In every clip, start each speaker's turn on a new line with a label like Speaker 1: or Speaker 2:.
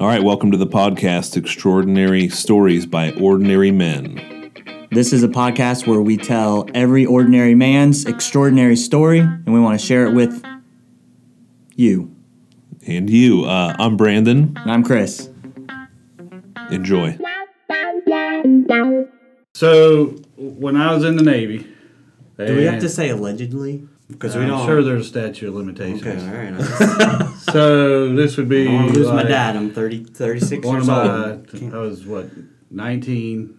Speaker 1: All right, welcome to the podcast Extraordinary Stories by Ordinary Men.
Speaker 2: This is a podcast where we tell every ordinary man's extraordinary story, and we want to share it with you.
Speaker 1: And you, uh, I'm Brandon.
Speaker 2: And I'm Chris.
Speaker 1: Enjoy.
Speaker 3: So when I was in the Navy,
Speaker 4: Do we have to say allegedly? Because we don't.
Speaker 3: I'm sure there's a statute of limitations.
Speaker 4: Okay, all right. I just-
Speaker 3: So this would be
Speaker 4: I want to lose my
Speaker 3: like
Speaker 4: dad. I'm 30, 36
Speaker 3: One of
Speaker 4: years
Speaker 3: my,
Speaker 4: old.
Speaker 3: I was what 19,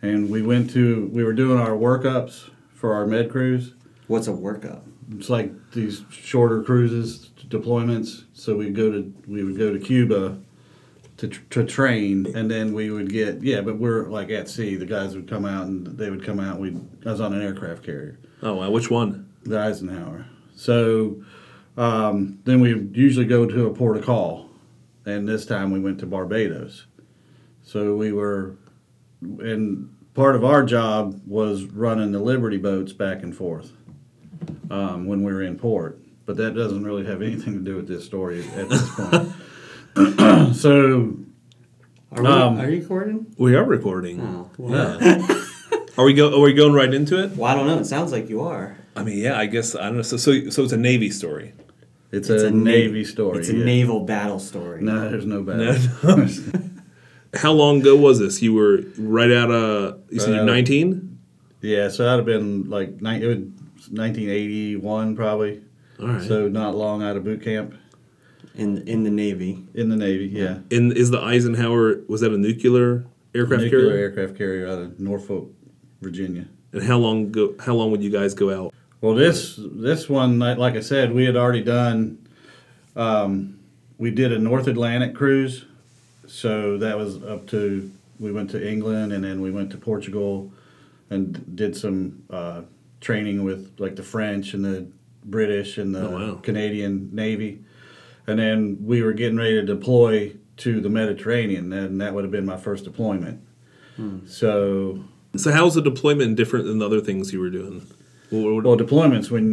Speaker 3: and we went to we were doing our workups for our med crews.
Speaker 4: What's a workup?
Speaker 3: It's like these shorter cruises deployments. So we go to we would go to Cuba to, tr- to train, and then we would get yeah. But we're like at sea. The guys would come out, and they would come out. We I was on an aircraft carrier.
Speaker 1: Oh, wow, which one?
Speaker 3: the Eisenhower. So um, then we usually go to a port of call, and this time we went to Barbados. So we were, and part of our job was running the Liberty boats back and forth um, when we were in port. But that doesn't really have anything to do with this story at this point. so
Speaker 4: Are, we,
Speaker 3: Um,
Speaker 4: are you recording?
Speaker 1: We are recording.
Speaker 4: Oh,
Speaker 1: Yeah. are we go? Are we going right into it?
Speaker 4: Well, I don't know. It sounds like you are.
Speaker 1: I mean, yeah, I guess I don't know. So, so, so it's a Navy story.
Speaker 3: it's,
Speaker 4: It's
Speaker 3: a,
Speaker 4: a na-
Speaker 3: Navy story.
Speaker 4: It's a
Speaker 3: yeah.
Speaker 4: naval battle story.
Speaker 3: No, there's no
Speaker 1: No,
Speaker 3: battle.
Speaker 1: no. How long ago was this? You were right out of. You said
Speaker 3: Right out
Speaker 1: you're
Speaker 3: of-
Speaker 1: 19.
Speaker 3: Yeah, so that'd have been like nine, it would, 1981 probably.
Speaker 1: All right.
Speaker 3: So not long out of boot camp
Speaker 4: In in the Navy.
Speaker 3: in the Navy. Yeah,
Speaker 1: and is the Eisenhower was that a nuclear aircraft
Speaker 3: nuclear
Speaker 1: carrier?
Speaker 3: aircraft carrier out of Norfolk, Virginia.
Speaker 1: And how long go? How long would you guys go out?
Speaker 3: Well, this this one, like like I said, we had already done. Um, we did a North Atlantic cruise, so that was up to. We went to England and then we went to Portugal, and did some uh, training with like the French and the British and the
Speaker 1: Oh, wow.
Speaker 3: Canadian Navy, and then we were getting ready to deploy to the Mediterranean, and that would have been my first deployment.
Speaker 1: Hmm.
Speaker 3: So
Speaker 1: So how's the deployment different than the other things you were doing? What- what-
Speaker 3: Well, deployments when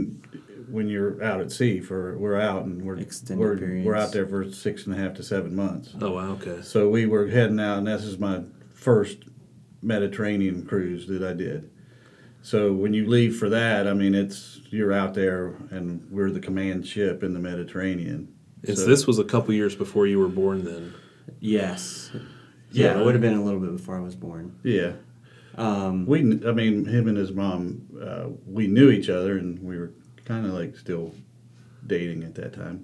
Speaker 3: when you're out at sea for we're out and we're
Speaker 4: Extended
Speaker 3: we're,
Speaker 4: periods.
Speaker 3: we're out there for six and a half to seven months.
Speaker 1: oh wow, okay.
Speaker 3: So we were heading out, and this is my first Mediterranean cruise that I did. So when you leave for that, I mean it's you're out there, and we're the command ship in the Mediterranean.
Speaker 1: And so
Speaker 3: So-
Speaker 1: this was a couple years before you were born then.
Speaker 4: Yes. Yeah,
Speaker 3: Yeah.
Speaker 4: it would have been a little bit before I was born.
Speaker 3: Yeah,
Speaker 4: Um,
Speaker 3: we kn- I mean him and his mom, uh, we knew each other, and we were kind of like still dating at that time.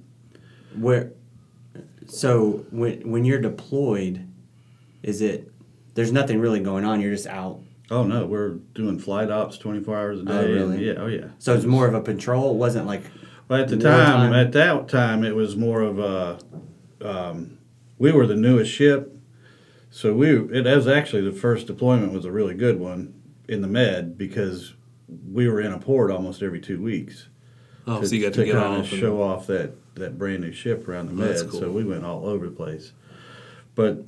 Speaker 4: where? So when when you're deployed, is it? There's nothing really going on. You're just out.
Speaker 3: Oh no, we're doing flight ops twenty four hours a day.
Speaker 4: Oh, really?
Speaker 3: Yeah. Oh yeah.
Speaker 4: So it's more of a patrol. It wasn't like
Speaker 3: Well, at the
Speaker 4: More
Speaker 3: time,
Speaker 4: time.
Speaker 3: at that time, it was more of a. Um, we were the newest ship, so we it was actually the first deployment was a really good one in the med because we were in a port almost every two weeks
Speaker 1: Oh, so you got to, get
Speaker 3: kinda
Speaker 1: off. and-
Speaker 3: show off that that brand new ship around the
Speaker 1: Oh, that's
Speaker 3: med.
Speaker 1: cool.
Speaker 3: So we went all over the place. But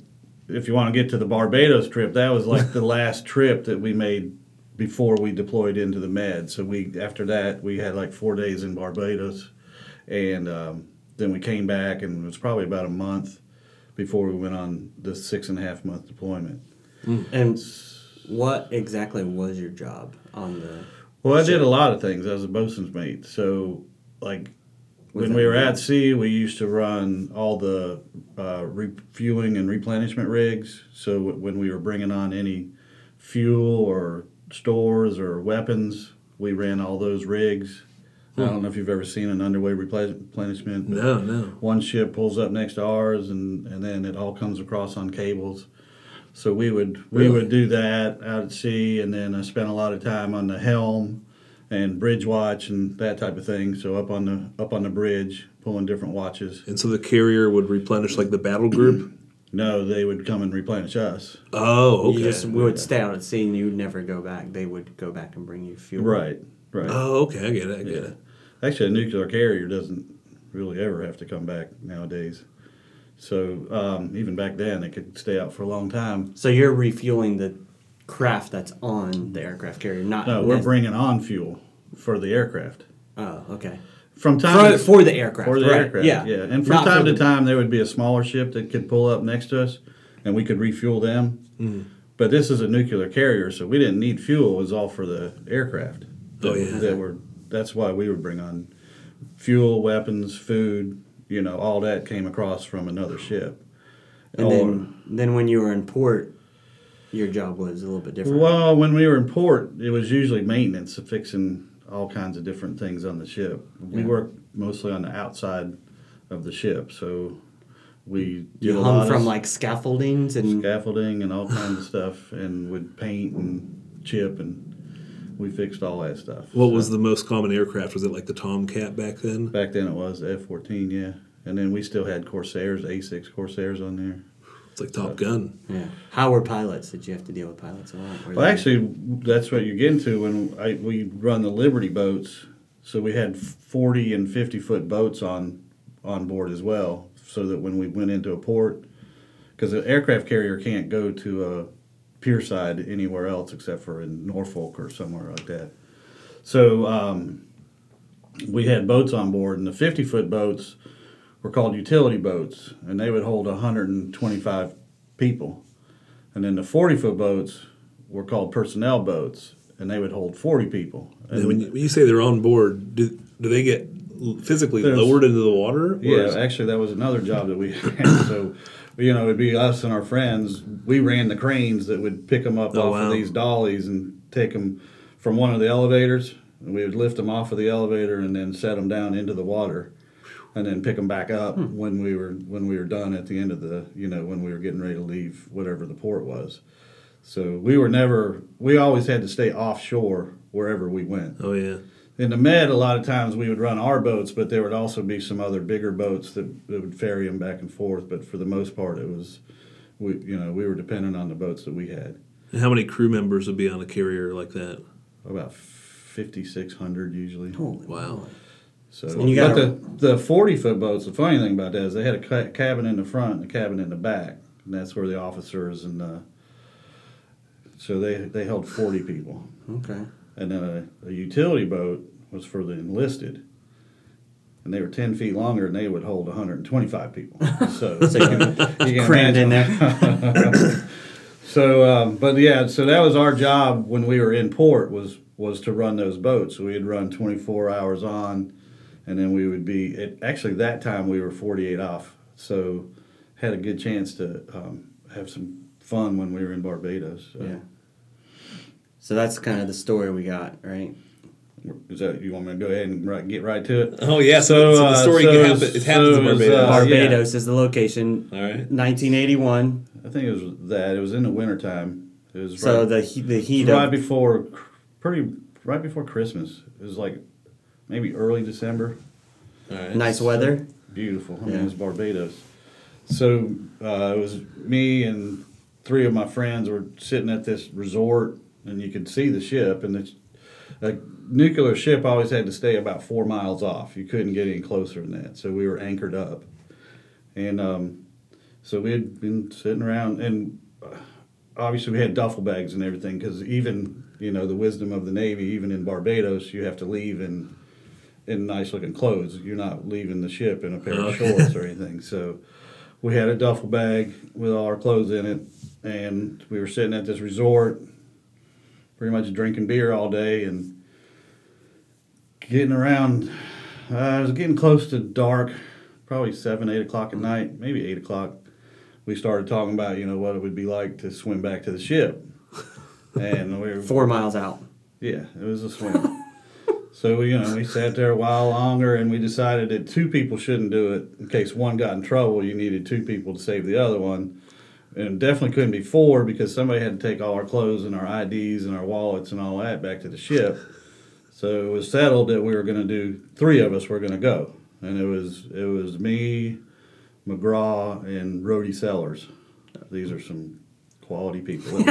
Speaker 3: if you want to get to the Barbados trip, that was like the last trip that we made before we deployed into the med. So we after that we had like four days in Barbados, and um, then we came back and it was probably about a month before we went on the six and a half month deployment.
Speaker 4: And what exactly was your job on the?
Speaker 3: Well, I did a lot of things. I was a bosun's mate. So, like, when
Speaker 4: that
Speaker 3: we were
Speaker 4: mean?
Speaker 3: at sea, we used to run all the uh, refueling and replenishment rigs. So, w- when we were bringing on any fuel or stores or weapons, we ran all those rigs. I don't know if you've ever seen an underway replen- replenishment. but
Speaker 1: No, no.
Speaker 3: One ship pulls up next to ours, and, and then it all comes across on cables. So we would we
Speaker 1: Really?
Speaker 3: would do that out at sea, and then I spent a lot of time on the helm and bridge watch and that type of thing. So up on the up on the bridge, pulling different watches.
Speaker 1: And so the carrier would replenish like the battle group.
Speaker 3: No, they would come and replenish us.
Speaker 1: oh, okay.
Speaker 4: You just we would stay out at sea and you would never go back. They would go back and bring you fuel.
Speaker 3: Right, right.
Speaker 1: oh, okay. I get it. I get it.
Speaker 3: Uh, Actually, a nuclear carrier doesn't really ever have to come back nowadays. So um, even back then, it could stay out for a long time.
Speaker 4: So you're refueling the craft that's on the aircraft carrier, not.
Speaker 3: No, we're
Speaker 4: nec-
Speaker 3: bringing on fuel for the aircraft.
Speaker 4: Oh, okay.
Speaker 3: from
Speaker 4: for,
Speaker 3: time to,
Speaker 4: for the aircraft.
Speaker 3: for the
Speaker 4: right,
Speaker 3: aircraft.
Speaker 4: Yeah.
Speaker 3: yeah.
Speaker 4: Not
Speaker 3: And from
Speaker 4: for
Speaker 3: time to
Speaker 4: the-
Speaker 3: time, there would be a smaller ship that could pull up next to us, and we could refuel them.
Speaker 1: Hmm.
Speaker 3: But this is a nuclear carrier, so we didn't need fuel. It was all for the aircraft.
Speaker 1: Oh,
Speaker 3: that-
Speaker 1: yeah.
Speaker 3: That were that's why we would bring on fuel, weapons, food. You know, all that came across from another ship.
Speaker 4: And
Speaker 3: Or-
Speaker 4: then, then when you were in port, your job was a little bit different.
Speaker 3: Well, when we were in port, it was usually maintenance, fixing all kinds of different things on the ship. We worked mostly on the outside of the ship, so we did
Speaker 4: you
Speaker 3: a
Speaker 4: hung
Speaker 3: lot
Speaker 4: from
Speaker 3: of
Speaker 4: like scaffoldings and
Speaker 3: scaffolding and all kinds of stuff, and would paint and chip, and we fixed all that stuff.
Speaker 1: What was the most common aircraft? Was it like the Tomcat back then?
Speaker 3: back then? It was the F-14, yeah, and then we still had Corsairs, A6 Corsairs on there.
Speaker 1: It's like Top Gun.
Speaker 4: yeah. How were pilots? Did you have to deal with pilots a lot? Were
Speaker 3: Well,
Speaker 4: they-
Speaker 3: actually, that's what you get into when I, we run the Liberty boats. So we had forty and fifty foot boats on on board as well, so that when we went into a port, because an aircraft carrier can't go to a pier side anywhere else except for in Norfolk or somewhere like that. So um, we had boats on board, and the fifty foot boats were called utility boats, and they would hold one hundred and twenty five people. And then the 40 foot boats were called personnel boats, and they would hold 40 people.
Speaker 1: And
Speaker 3: And
Speaker 1: when you, when you say they're on board, do, do they get l- physically
Speaker 3: There's-
Speaker 1: lowered into the water? Or
Speaker 3: yeah,
Speaker 1: is-
Speaker 3: actually, that was another job that we had. so, you know, it'd be us and our friends. We ran the cranes that would pick them up
Speaker 1: Oh,
Speaker 3: off
Speaker 1: wow.
Speaker 3: of these dollies and take them from one of the elevators. And we would lift them off of the elevator and then set them down into the water. And then pick them back up
Speaker 1: Hmm.
Speaker 3: when we were when we were done at the end of the you know when we were getting ready to leave whatever the port was, so we were never we always had to stay offshore wherever we went.
Speaker 1: Oh yeah.
Speaker 3: In the Med, a lot of times we would run our boats, but there would also be some other bigger boats that, that would ferry them back and forth. But for the most part, it was we you know we were dependent on the boats that we had.
Speaker 1: And how many crew members would be on a carrier like that?
Speaker 3: About fifty six hundred usually.
Speaker 4: Holy
Speaker 1: Wow.
Speaker 3: So,
Speaker 4: And you
Speaker 3: but
Speaker 4: gotta-
Speaker 3: the the forty foot boats. The funny thing about that is they had a ca- cabin in the front and a cabin in the back, and that's where the officers and uh, so they they held forty people.
Speaker 4: Okay.
Speaker 3: and then a, a utility boat was for the enlisted, and they were ten feet longer, and they would hold 125 people. So,
Speaker 4: So you can- crammed in
Speaker 3: there. so, um, but yeah, so that was our job when we were in port was was to run those boats. We'd run 24 hours on, and then we would be. It, actually, that time we were 48 off, so had a good chance to um, have some fun when we were in Barbados. So.
Speaker 4: Yeah. So that's kind of the story we got, right?
Speaker 3: Is that you want me to go ahead and right, get right to it?
Speaker 1: Oh yeah.
Speaker 3: So, so the uh, story so can happen- it happens in so is, Barbados. Uh, yeah.
Speaker 4: Barbados is the location.
Speaker 1: All right.
Speaker 4: 1981.
Speaker 3: I think it was that. It was in the wintertime. It was
Speaker 4: So
Speaker 3: right,
Speaker 4: the he- the
Speaker 3: it
Speaker 4: heat
Speaker 3: was right
Speaker 4: of
Speaker 3: before, cr- pretty right before Christmas. It was like maybe early December.
Speaker 1: All right.
Speaker 4: nice weather.
Speaker 3: Beautiful. I mean,
Speaker 4: Yeah.
Speaker 3: it was Barbados. So uh, it was me and three of my friends were sitting at this resort, and you could see the ship. And the, a nuclear ship always had to stay about four miles off. You couldn't get any closer than that. So we were anchored up, and um, so we had been sitting around, and uh, obviously we had duffel bags and everything because even you know the wisdom of the Navy, even in Barbados, you have to leave in in nice looking clothes. You're not leaving the ship in a pair of
Speaker 1: Okay.
Speaker 3: shorts or anything. So we had a duffel bag with all our clothes in it, and we were sitting at this resort, pretty much drinking beer all day and getting around. Uh, it was getting close to dark, probably seven, eight o'clock at night, maybe eight o'clock. We started talking about you know what it would be like to swim back to the ship, and we were
Speaker 4: Four miles out.
Speaker 3: yeah, it was a swim. so you know, we sat there a while longer, and we decided that two people shouldn't do it in case one got in trouble. You needed two people to save the other one, and it definitely couldn't be four because somebody had to take all our clothes and our IDs and our wallets and all that back to the ship. So it was settled that we were going to do three of us were going to go, and it was it was me, McGraw, and Rody Sellers. These are some quality people.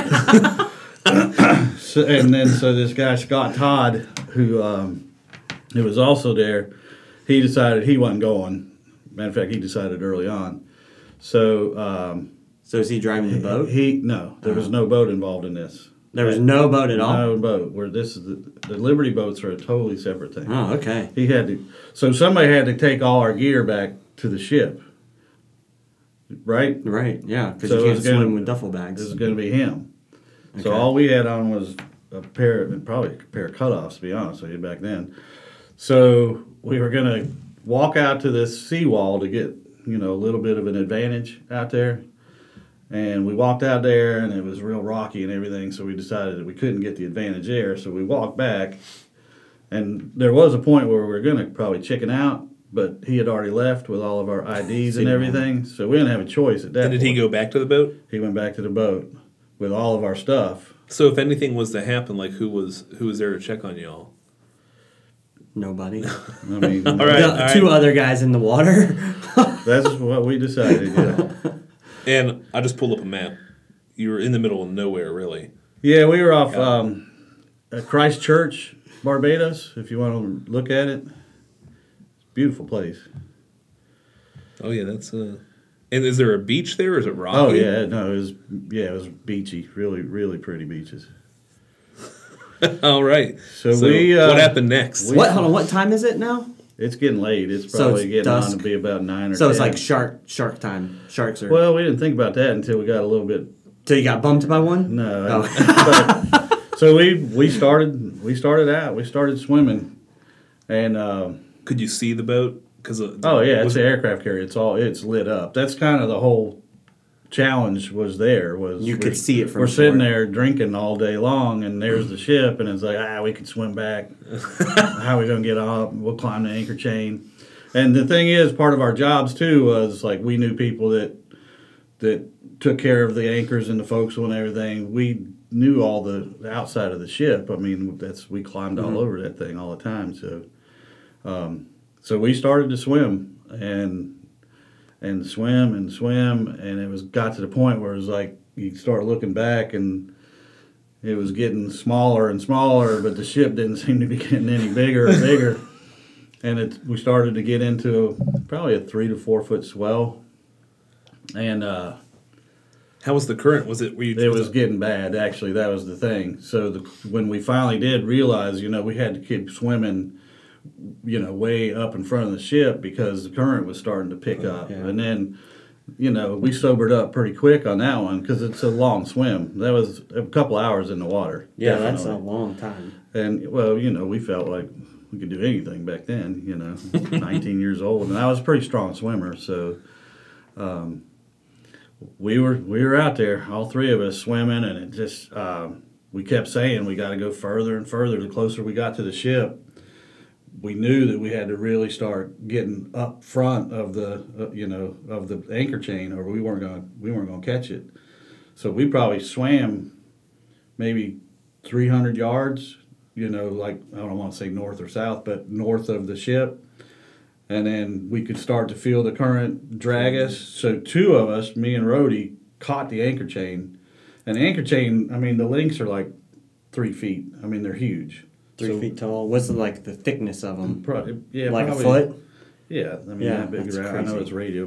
Speaker 3: so, and then so this guy Scott Todd, who um, who was also there, he decided he wasn't going. Matter of fact, he decided early on. So um,
Speaker 4: So is he driving the boat?
Speaker 3: he no, there was no boat involved in this.
Speaker 4: There was no boat at all.
Speaker 3: No boat. Where this is the, the Liberty boats are a totally separate thing.
Speaker 4: Oh, okay.
Speaker 3: He had to, so somebody had to take all our gear back to the ship, right?
Speaker 4: Right. Yeah, because
Speaker 3: So
Speaker 4: you
Speaker 3: it
Speaker 4: can't
Speaker 3: was gonna-
Speaker 4: swim with duffel
Speaker 3: This is
Speaker 4: bags.
Speaker 3: going to be him.
Speaker 4: Okay.
Speaker 3: So all we had on was a pair, of, probably a pair of cutoffs, to be honest with you, back then. So we were going to walk out to this seawall to get, you know, a little bit of an advantage out there. And we walked out there and it was real rocky and everything. So we decided that we couldn't get the advantage there. So we walked back. And there was a point where we were going to probably chicken out, but he had already left with all of our IDs and
Speaker 4: man.
Speaker 3: everything. So we didn't have a choice at that
Speaker 1: And did he
Speaker 3: point
Speaker 1: go back to the boat?
Speaker 3: he went back to the boat with all of our stuff.
Speaker 1: So if anything was to happen, like who was who was there to check on y'all?
Speaker 4: Nobody.
Speaker 3: I mean,
Speaker 1: right.
Speaker 4: The
Speaker 1: all right.
Speaker 4: Two other guys in the water.
Speaker 3: that's what we decided. Yeah.
Speaker 1: And I just pulled up a map. You were in the middle of nowhere, really.
Speaker 3: yeah, we were off um, at Christchurch, Barbados. If you want to look at it, beautiful place.
Speaker 1: Oh yeah, that's uh. And is there a beach there? Or is it rocky?
Speaker 3: Oh yeah, no, it was yeah, it was beachy, really, really pretty beaches.
Speaker 1: All right.
Speaker 3: So we, uh,
Speaker 1: what happened next?
Speaker 3: we-
Speaker 4: what? Hold on. What time is it now?
Speaker 3: It's getting late. It's
Speaker 4: So
Speaker 3: probably
Speaker 4: it's
Speaker 3: getting on
Speaker 4: dusk.
Speaker 3: to be about nine or.
Speaker 4: So it's
Speaker 3: 10.
Speaker 4: like shark shark time. Sharks are.
Speaker 3: Well, we didn't think about that until we got a little bit.
Speaker 4: so you got bumped by one?
Speaker 3: No.
Speaker 4: Oh.
Speaker 3: but- so we we started we started out. We started swimming, and. Um,
Speaker 1: Could you see the boat? uh, Because
Speaker 3: Oh yeah, it's an aircraft carrier. It's all it's lit up. That's kind of the whole challenge was there was
Speaker 4: You could
Speaker 3: we-
Speaker 4: see it from
Speaker 3: we're
Speaker 4: shore.
Speaker 3: sitting there drinking all day long and there's the ship and it's like ah we could swim back how are we gonna get up we'll climb the anchor chain and the thing is part of our jobs too was like we knew people that that took care of the anchors and the forecastle and everything we knew all the the outside of the ship i mean that's we climbed
Speaker 4: Mm-hmm.
Speaker 3: all over that thing all the time so um, so we started to swim and and swim and swim and it was got to the point where it was like you start looking back and it was getting smaller and smaller but the ship didn't seem to be getting any bigger and bigger and it we started to get into probably a three to four foot swell and uh
Speaker 1: How was the current? Was it? Were you?
Speaker 3: it was getting bad, actually. That was the thing. So the, when we finally did realize, you know, we had to keep swimming, you know, way up in front of the ship because the current was starting to pick up.
Speaker 4: yeah.
Speaker 3: And then, you know, we sobered up pretty quick on that one because it's a long swim. That was a couple hours in the water.
Speaker 4: Yeah, that's a
Speaker 3: definitely.
Speaker 4: long time.
Speaker 3: And well, you know, we felt like we could do anything back then. You know, 19 years old, and I was a pretty strong swimmer, so um, we were we were out there, all three of us swimming, and it just um, we kept saying we got to go further and further. The closer we got to the ship, we knew that we had to really start getting up front of the uh, you know of the anchor chain, or we weren't going to we weren't going to catch it. So we probably swam maybe 300 yards, you know, like I don't want to say north or south, but north of the ship. And then we could start to feel the current drag us. So two of us, me and Rhodey, caught the anchor chain. And the anchor chain, I mean, the links are like three feet. I mean, they're huge.
Speaker 4: Three
Speaker 3: So-
Speaker 4: feet tall. What's like the thickness of them?
Speaker 3: Probably, yeah,
Speaker 4: like
Speaker 3: probably-
Speaker 4: a foot.
Speaker 3: yeah, I mean
Speaker 4: Yeah,
Speaker 3: that big
Speaker 4: that's
Speaker 3: around. I know
Speaker 4: crazy.
Speaker 3: it's radio,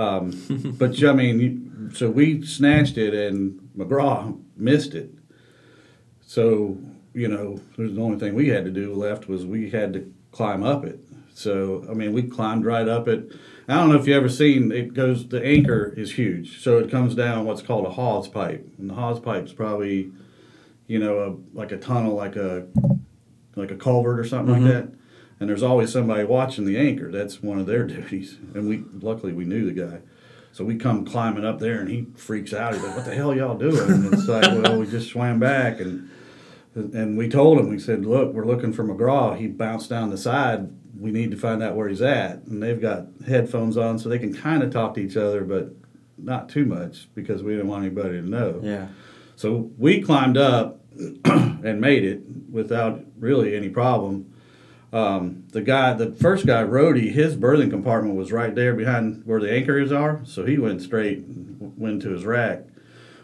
Speaker 3: um, but I mean, you- so we snatched it and McGraw missed it. So you know, there's the only thing we had to do left was we had to climb up it. So I mean, we climbed right up it. I don't know if you ever seen it goes. The anchor is huge, so it comes down what's called a hawse pipe, and the hawse pipe's probably you know a, like a tunnel, like a like a culvert or something like that. And there's always somebody watching the anchor. That's one of their duties. And we luckily we knew the guy. So we come climbing up there and he freaks out. He's like, What the hell y'all doing? And it's like, Well, we just swam back and and we told him, we said, Look, we're looking for McGraw. He bounced down the side. We need to find out where he's at. And they've got headphones on so they can kind of talk to each other, but not too much because we didn't want anybody to know.
Speaker 4: Yeah.
Speaker 3: So we climbed up and made it without really any problem. Um, the guy, the first guy, Rhodey, his berthing compartment was right there behind where the anchors are, so he went straight, and w- went to his rack.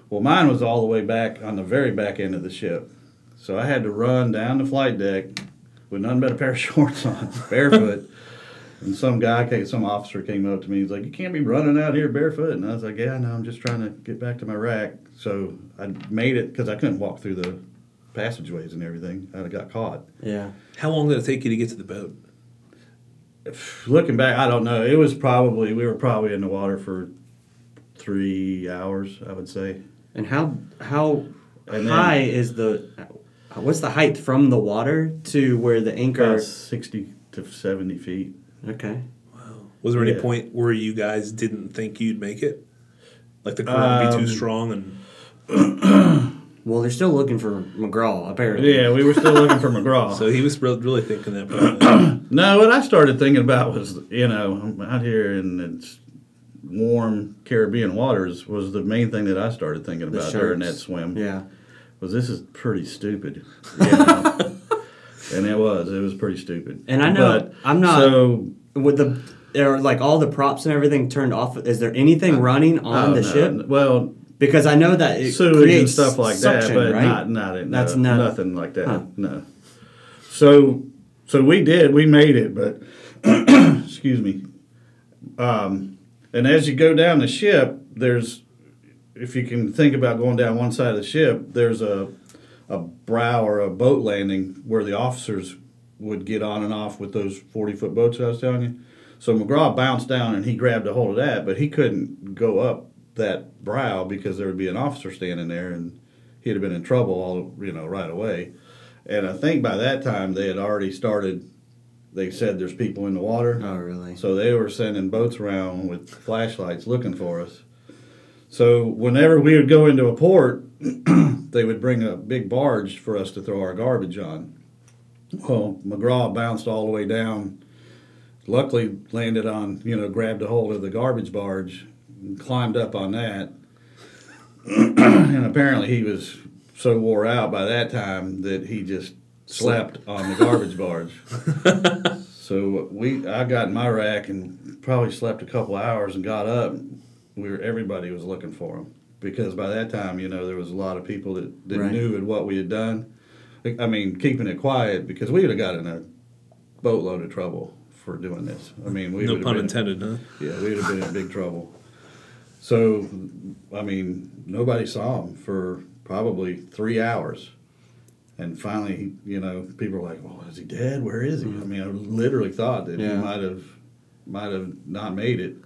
Speaker 3: Well, mine was all the way back on the very back end of the ship, so I had to run down the flight deck with nothing but a pair of shorts on, barefoot, And some guy, came, some officer came up to me. He's like, "You can't be running out here barefoot." And I was like, "Yeah, no, I'm just trying to get back to my rack." So I made it because I couldn't walk through the passageways and everything. I got caught.
Speaker 4: Yeah.
Speaker 1: How long did it take you to get to the boat?
Speaker 3: Looking back, I don't know. It was probably we were probably in the water for three hours, I would say.
Speaker 4: And how how
Speaker 3: And then-
Speaker 4: high is the what's the height from the water to where the anchor?
Speaker 3: About sixty to seventy feet.
Speaker 4: Okay.
Speaker 1: Was there any
Speaker 3: Yeah.
Speaker 1: point where you guys didn't think you'd make it? Like the current would be
Speaker 3: Um,
Speaker 1: too strong and
Speaker 4: Well, they're still looking for McGraw apparently.
Speaker 3: Yeah, we were still looking for McGraw.
Speaker 1: so he was re- really thinking that. probably.
Speaker 3: No, what I started thinking about was, you know, I'm out here in it's warm Caribbean waters was the main thing that I started thinking
Speaker 4: The
Speaker 3: about during that
Speaker 4: sharks.
Speaker 3: swim.
Speaker 4: Yeah.
Speaker 3: Was this is pretty stupid. you know? and it was. It was pretty stupid.
Speaker 4: And I know- I'm not-
Speaker 3: so
Speaker 4: With the there are like all the props and everything turned off. Is there anything running on
Speaker 3: oh,
Speaker 4: the
Speaker 3: no.
Speaker 4: ship?
Speaker 3: Well,
Speaker 4: Because I know that it
Speaker 3: sewage and
Speaker 4: creates
Speaker 3: stuff like
Speaker 4: suction,
Speaker 3: that, but
Speaker 4: right?
Speaker 3: not not it. No,
Speaker 4: That's not-
Speaker 3: nothing like that.
Speaker 4: Huh.
Speaker 3: No. So so we did we made it, but excuse me. Um, and as you go down the ship, there's if you can think about going down one side of the ship, there's a a brow or a boat landing where the officers would get on and off with those forty foot boats I was telling you. So McGraw bounced down and he grabbed a hold of that, but he couldn't go up that brow because there would be an officer standing there and he'd have been in trouble all you know right away. And I think by that time they had already started. They said there's people in the water.
Speaker 4: Oh really?
Speaker 3: So they were sending boats around with flashlights looking for us. So whenever we would go into a port, they would bring a big barge for us to throw our garbage on. Well, McGraw bounced all the way down. Luckily, landed on you know grabbed a hold of the garbage barge, and climbed up on that, and apparently he was so wore out by that time that he just slept on the garbage barge. So we, I got in my rack and probably slept a couple hours and got up. We were everybody was looking for him because by that time, you know, there was a lot of people that, that
Speaker 4: Right.
Speaker 3: knew what we had done. I mean, keeping it quiet because we would have got in a boatload of trouble for doing this. I mean, we
Speaker 1: no
Speaker 3: would
Speaker 1: pun
Speaker 3: have been,
Speaker 1: intended, huh?
Speaker 3: yeah, we would have been in big trouble. So, I mean, nobody saw him for probably three hours. And finally, you know, people were like, "Well, is he dead? Where is he?"
Speaker 1: Mm-hmm.
Speaker 3: I mean, I literally thought that he
Speaker 4: Yeah.
Speaker 3: might have, might have not made it.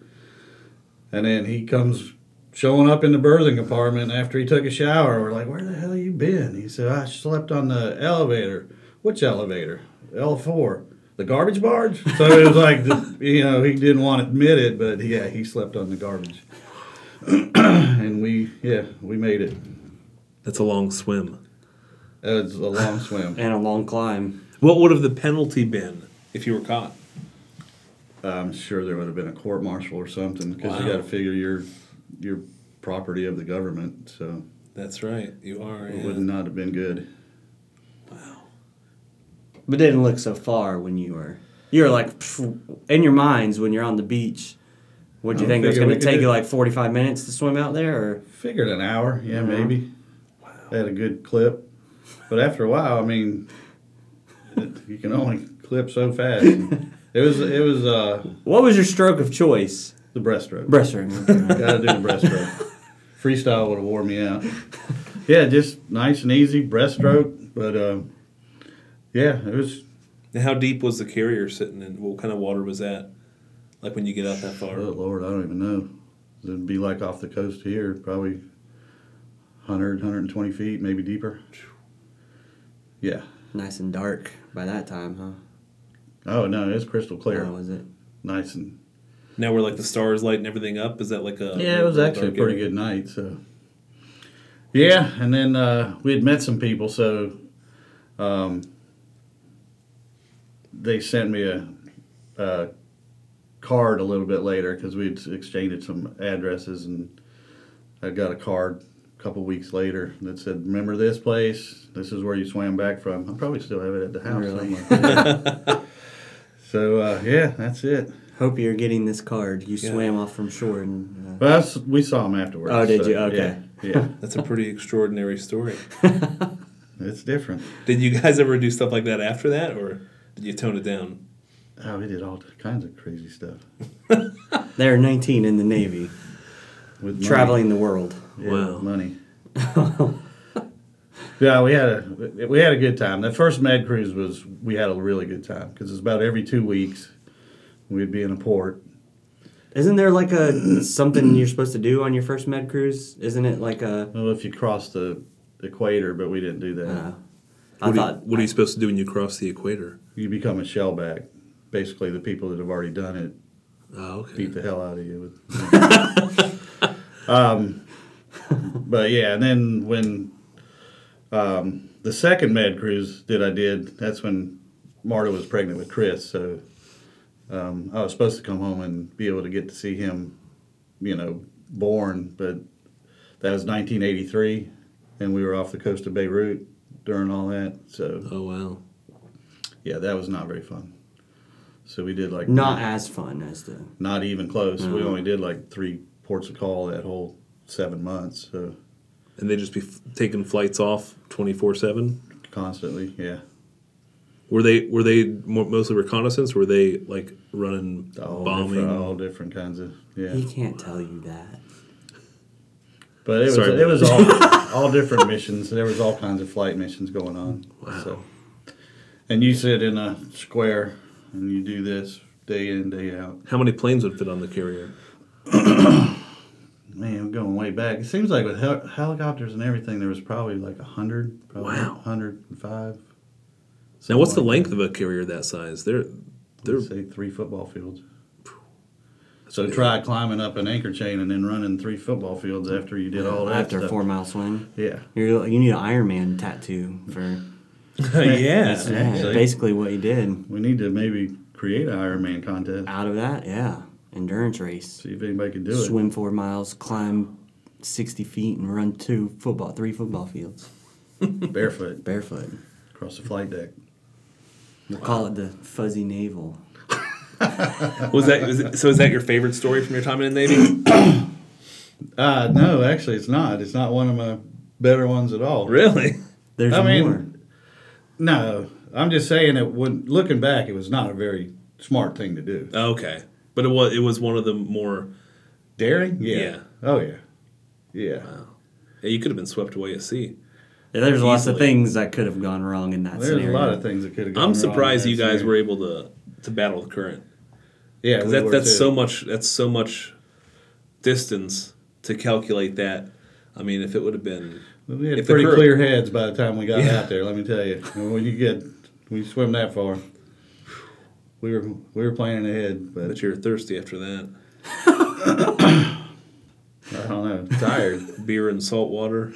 Speaker 3: And then he comes showing up in the birthing compartment after he took a shower. We're like, "Where the hell you been?" He said, "I slept on the elevator." Which elevator? L four. The garbage barge. So it was like, the, you know, he didn't want to admit it, but yeah, he slept on the garbage. and we, yeah, we made it.
Speaker 1: That's a long swim.
Speaker 3: It was a long swim.
Speaker 4: And a long climb.
Speaker 1: What would have the penalty been if you were caught?
Speaker 3: I'm sure there would have been a court martial or something because you
Speaker 1: Wow.
Speaker 3: got to figure your your property of the government. So
Speaker 1: That's right, you are.
Speaker 3: it would not have been good.
Speaker 4: But didn't look so far when you were you were like pff, in your minds when you're on the beach. What do you
Speaker 3: I don't
Speaker 4: think it was
Speaker 3: figure
Speaker 4: going
Speaker 3: we
Speaker 4: to
Speaker 3: could
Speaker 4: take
Speaker 3: do-
Speaker 4: you like 45 minutes to swim out there or
Speaker 3: Figured an hour, yeah, maybe. I had a good clip, but after a while, I mean, it, you can only clip so fast. it was it was uh,
Speaker 4: what was your stroke of choice?
Speaker 3: the breaststroke.
Speaker 4: Breaststroke.
Speaker 3: Got to do the breaststroke. Freestyle would have wore me out. Yeah, just nice and easy breaststroke, but uh, yeah, it was
Speaker 1: And how deep was the carrier sitting in? What kind of water was that? Like when you get out that far?
Speaker 3: Oh Lord, I don't even know. It'd be like off the coast here, probably 100, 120 feet, maybe deeper. Yeah.
Speaker 4: nice and dark by that time, huh?
Speaker 3: Oh no, it's crystal clear,
Speaker 4: How was it?
Speaker 3: nice and.
Speaker 1: Now we're like the stars lighting everything up. Is that like a
Speaker 3: Yeah, it was actually a
Speaker 1: dark
Speaker 3: pretty
Speaker 1: area?
Speaker 3: good night. So. Yeah, and then uh, we had met some people, so um, they sent me a, a card a little bit later because we had exchanged some addresses, and I got a card a couple weeks later that said, "Remember this place? This is where you swam back from." I probably still have it at the house
Speaker 4: Really?
Speaker 3: somewhere. so uh, yeah, that's it.
Speaker 4: Hope you're getting this card. You
Speaker 1: Yeah.
Speaker 4: swam off from shore and. Uh,
Speaker 3: Well, that's, we saw him afterwards.
Speaker 4: Oh, did
Speaker 3: so,
Speaker 4: you? Okay.
Speaker 3: Yeah, yeah.
Speaker 1: That's a pretty extraordinary story.
Speaker 3: It's different.
Speaker 1: Did you guys ever do stuff like that after that, or did you tone it down?
Speaker 3: Oh, he did all kinds of crazy stuff.
Speaker 4: uh, They're 19 in the Navy,
Speaker 3: With money.
Speaker 4: traveling the world.
Speaker 3: Yeah,
Speaker 1: Wow.
Speaker 3: money. yeah, we had a we had a good time. That first med cruise was we had a really good time because it's about every two weeks we'd be in a port.
Speaker 4: Isn't there like a something you're supposed to do on your first med cruise? Isn't it like a?
Speaker 3: Well, if you cross the equator, but we didn't do that.
Speaker 4: Uh, I
Speaker 1: What, do you-
Speaker 4: thought
Speaker 1: what are you supposed to do when you cross the equator?
Speaker 3: You become a shellback. Basically, the people that have already done it
Speaker 1: Oh, okay.
Speaker 3: beat the hell out of you. With, um, but yeah, and then when um, the second med cruise that I did, that's when Marta was pregnant with Chris. So um, I was supposed to come home and be able to get to see him, you know, born. But that was 1983, and we were off the coast of Beirut during all that. So
Speaker 1: Oh, wow.
Speaker 3: yeah, that was not very fun. So we did like
Speaker 4: not as fun as the.
Speaker 3: not even close. We
Speaker 1: Mm-hmm.
Speaker 3: only did like three ports of call that whole seven months, so
Speaker 1: And they just be f- taking flights off 24 7?
Speaker 3: constantly, yeah.
Speaker 1: Were they were they mo- mostly reconnaissance? Were they like running
Speaker 3: All
Speaker 1: bombing?
Speaker 3: different, all different kinds of yeah.
Speaker 4: He can't tell you that.
Speaker 3: But it was
Speaker 1: Sorry.
Speaker 3: it was all all different missions. There was all kinds of flight missions going on.
Speaker 1: Wow.
Speaker 3: and you sit in a square and you do this day in day out.
Speaker 1: How many planes would fit on the carrier?
Speaker 3: Man, I'm going way back. It seems like with hel- helicopters and everything, there was probably like a hundred, probably
Speaker 1: Wow.
Speaker 3: hundred and five.
Speaker 1: Now, what's the length of a carrier that size? They're they're
Speaker 3: Let's say three football fields. So try climbing up an anchor chain and then running three football fields after you did all that
Speaker 4: After a
Speaker 3: stuff.
Speaker 4: four mile swing,
Speaker 3: Yeah,
Speaker 4: you're, you need an Iron Man tattoo for.
Speaker 1: yeah.
Speaker 4: Yeah,
Speaker 3: Actually.
Speaker 4: basically what you did
Speaker 3: we need to maybe create an Ironman contest.
Speaker 4: out of that. Yeah, endurance race,
Speaker 3: See if anybody can do it.
Speaker 4: swim four miles, climb sixty feet, and run two football, three football fields
Speaker 3: Barefoot
Speaker 4: barefoot.
Speaker 3: across the flight deck.
Speaker 4: We'll call it the fuzzy navel.
Speaker 1: Was that is it, so? Is that your favorite story from your time in the Navy?
Speaker 3: Uh, no, actually, it's not. It's not one of my better ones at all.
Speaker 1: really?
Speaker 4: There's
Speaker 3: I mean,
Speaker 4: more.
Speaker 3: No, I'm just saying it. When looking back, it was not a very smart thing to do.
Speaker 1: Okay, but it was it was one of the more.
Speaker 3: Daring? Yeah.
Speaker 1: Yeah.
Speaker 3: Oh yeah. Yeah.
Speaker 1: Yeah, you could have been swept away at sea.
Speaker 4: Yeah, There's lots of
Speaker 1: Easily.
Speaker 4: things that could have gone wrong in that
Speaker 3: There's
Speaker 4: scenario.
Speaker 3: a lot of things that could have. gone
Speaker 1: I'm
Speaker 3: wrong
Speaker 1: surprised
Speaker 3: in
Speaker 1: you
Speaker 3: that
Speaker 1: guys were
Speaker 3: scenario.
Speaker 1: able to to battle the current.
Speaker 3: Yeah,
Speaker 1: Because
Speaker 3: we
Speaker 1: that,
Speaker 3: were
Speaker 1: that's
Speaker 3: too.
Speaker 1: so much. That's so much distance to calculate that. I mean, if it would have been,
Speaker 3: We had
Speaker 1: If the
Speaker 3: pretty
Speaker 1: current-
Speaker 3: clear heads by the time we got
Speaker 1: Yeah.
Speaker 3: out there. Let me tell you, when you get when you swim that far, we were we were planning ahead, but
Speaker 1: but you're thirsty after that.
Speaker 3: I don't know, tired.
Speaker 1: Beer and salt water.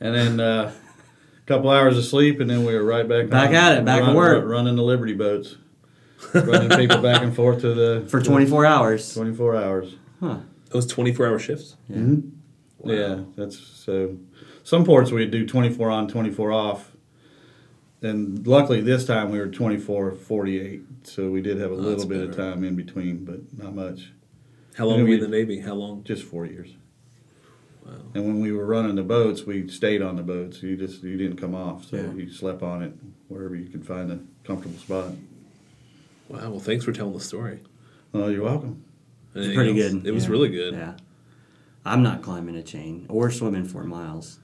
Speaker 3: and then uh, a couple hours of sleep, and then we were right back
Speaker 4: Back
Speaker 3: on,
Speaker 4: at it, back to
Speaker 3: run-
Speaker 4: work.
Speaker 3: running the Liberty boats, running people back and forth to the
Speaker 4: for 24 hours.
Speaker 3: twenty four hours.
Speaker 4: Huh.
Speaker 1: It was 24 hour shifts.
Speaker 3: Yeah, that's so. Some ports we'd do 24 on, 24 off. And luckily this time we were 24, 48. So we did have a
Speaker 1: Oh, that's
Speaker 3: little bit of
Speaker 1: better.
Speaker 3: time in between, but not much.
Speaker 1: How long
Speaker 3: Yeah,
Speaker 1: were you
Speaker 3: we-
Speaker 1: in the Navy? How long?
Speaker 3: Just four years.
Speaker 1: Wow.
Speaker 3: And when we were running the boats, we stayed on the boats. You just you didn't come off, so
Speaker 4: Yeah.
Speaker 3: you slept on it wherever you could find a comfortable spot.
Speaker 1: Wow. Well, thanks for telling the story.
Speaker 3: Well, you're welcome.
Speaker 1: Anything
Speaker 4: Pretty
Speaker 1: else?
Speaker 4: good.
Speaker 1: It was
Speaker 4: yeah.
Speaker 1: really good.
Speaker 4: Yeah. I'm not climbing a chain or swimming four miles.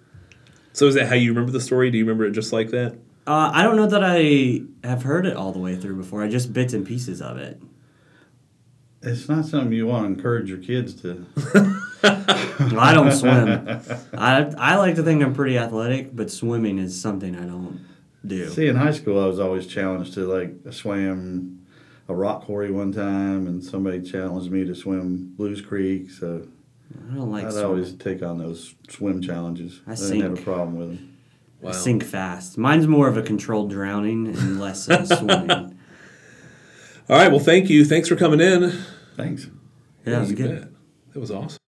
Speaker 1: So is that how you remember the story? Do you remember it just like that?
Speaker 4: Uh, I don't know that I have heard it all the way through before. I just bits and pieces of it.
Speaker 3: It's not something you want to encourage your kids to.
Speaker 4: I don't swim. I, I like to think I'm pretty athletic, but swimming is something I don't do.
Speaker 3: See, in high school, I was always challenged to like I swam a rock quarry one time, and somebody challenged me to swim Blues Creek. So
Speaker 4: I don't like
Speaker 3: I'd
Speaker 4: swimming.
Speaker 3: always take on those swim challenges.
Speaker 4: I
Speaker 3: I, didn't have a
Speaker 4: sink.
Speaker 3: problem with them.
Speaker 1: Wow.
Speaker 4: I sink fast. Mine's more of a controlled drowning and less of swimming.
Speaker 1: All right. Well, thank you. Thanks for coming in.
Speaker 3: Thanks.
Speaker 4: Yeah, it was
Speaker 1: You
Speaker 4: good.
Speaker 1: bet. That was awesome.